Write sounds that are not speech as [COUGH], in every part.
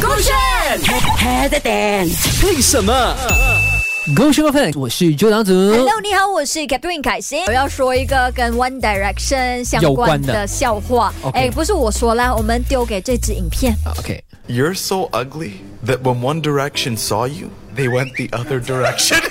勾选 h 的 d 为什么？各位小粉，我是周良祖。 Hello，你好，我是 Catherine 凯欣。我要说一个跟 One Direction 相关有关的的笑话。 OK 哎，不是我说啦，我们丢给这支影片。啊 OK， You're so ugly that when One Direction saw you, they went the other direction. [LAUGHS]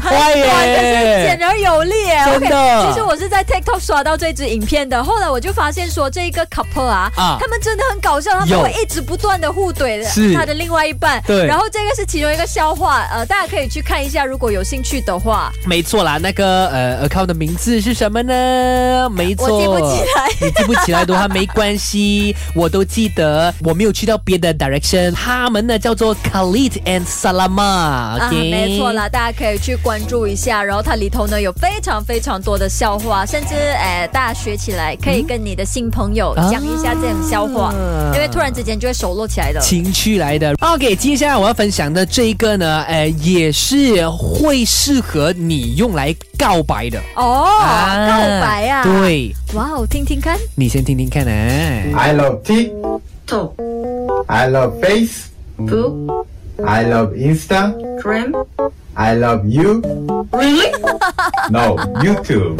短坏但是耶简！而有力耶。真 OK，的其实我是在 TikTok 刷到这支影片的，后来我就发现说这一个 couple 啊，啊他们真的很搞笑，他有们会一直不断的互怼是他的另外一半。对然后这个是其中一个笑话，呃，大家可以去看一下，如果有兴趣的话。没错啦，那个呃，account 的名字是什么呢？没错，我记不起来你记不起来的话没关系，我都记得。我没有去到别的 direction，他们呢叫做 Khalid and Salama。啊， OK，没错啦，大家可以去关注一下。然后它里头呢有非常非常多的笑话，甚至哎、大家学起来可以跟你的新朋友啊讲一下这种笑话，因为突然之间就会熟络起来的。情趣来的。OK，接下来我要分享的这一个呢，呃，也是会适合你用来告白的。哦，告白啊！，对，哇哦，听听看，你先听听看啊。 I love tea. Toe, I love face. poo, I love Insta. cream. I love you. No, YouTube.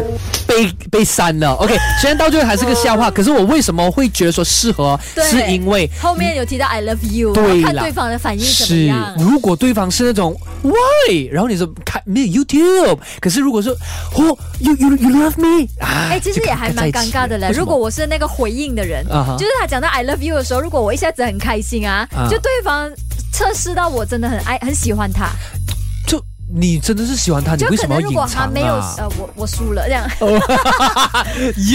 被被删了，OK。虽然到最后还是个笑话，可是我为什么会觉得说适合，哦对是因为后面有提到 I love you，对然后啦看对方的反应怎么是样。如果对方是那种 Why，然后你说看没有 YouTube，可是如果说哦 You You You love me，啊，哎、其实就也还蛮尴尬的嘞为。什么如果我是那个回应的人啊哈就是他讲到 I love you 的时候，如果我一下子很开心啊啊就对方测试到我真的很爱很喜欢他，就你真的是喜欢他，你就为可什么能要如隐果他藏没有、啊？哦呃，我我输了这样， [LAUGHS]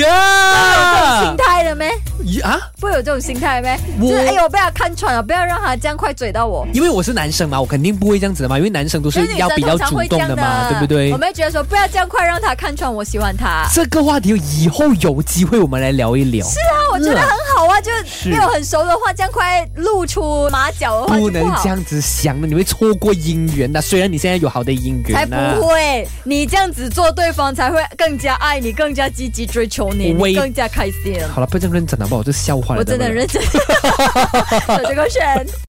呀心态了没？啊！不会有这种心态呗？我就是哎呦，我被他看穿了，不要让他这样快嘴到我。因为我是男生嘛，我肯定不会这样子的嘛，因为男生都是因为女要生比较通常主会这动样啊的嘛，对不对我？们会觉得说不要这样快让他看穿我喜欢他。这个话题以后有机会我们来聊一聊。对啊，我觉得很好啊，就是是没有很熟的话，这样快露出马脚的话就不能不好这。样啊子想的，你会错过姻缘的。虽然你现在有好的姻才缘啊不呢、会，你这样子做，对方才会更加爱你，更加积极追求你，喂你更加开心。 [LAUGHS] 好了，不要这样认真好不好？这笑话来我真的很认真，小这个选。